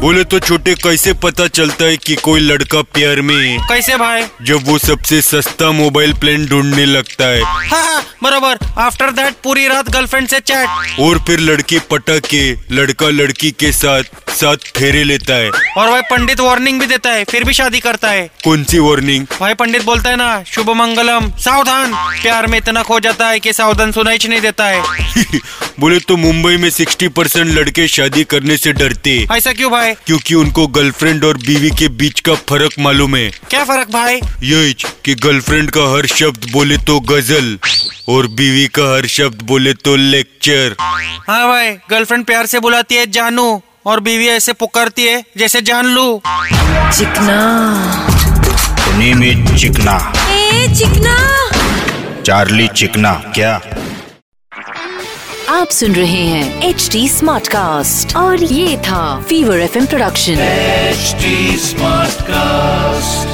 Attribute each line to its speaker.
Speaker 1: बोले तो छोटे कैसे पता चलता है कि कोई लड़का प्यार में है?
Speaker 2: कैसे भाई
Speaker 1: जब वो सबसे सस्ता मोबाइल प्लान ढूंढने लगता है
Speaker 2: हाँ हाँ बराबर आफ्टर दैट पूरी रात गर्लफ्रेंड से चैट
Speaker 1: और फिर लड़की पटक के लड़का लड़की के साथ साथ फेरे लेता है
Speaker 2: और भाई पंडित वार्निंग भी देता है फिर भी शादी करता है
Speaker 1: कौन सी वार्निंग
Speaker 2: भाई पंडित बोलता है ना शुभ मंगलम सावधान प्यार में इतना खो जाता है कि सावधान सुनाई नहीं देता है
Speaker 1: बोले तो मुंबई में 60 परसेंट लड़के शादी करने से डरते हैं,
Speaker 2: ऐसा क्यों भाई
Speaker 1: क्योंकि उनको गर्लफ्रेंड और बीवी के बीच का फर्क मालूम है
Speaker 2: क्या फर्क भाई
Speaker 1: यही कि गर्लफ्रेंड का हर शब्द बोले तो गजल और बीवी का हर शब्द बोले तो लेक्चर
Speaker 2: हाँ भाई गर्लफ्रेंड प्यार से बुलाती है जानू और बीवी ऐसे पुकारती है जैसे जान लू
Speaker 3: चिकना
Speaker 4: The name is चिकना
Speaker 3: ए चिकना
Speaker 4: चार्ली चिकना क्या
Speaker 3: आप सुन रहे हैं एच डी स्मार्ट कास्ट और ये था fever F production
Speaker 5: HD Smartcast.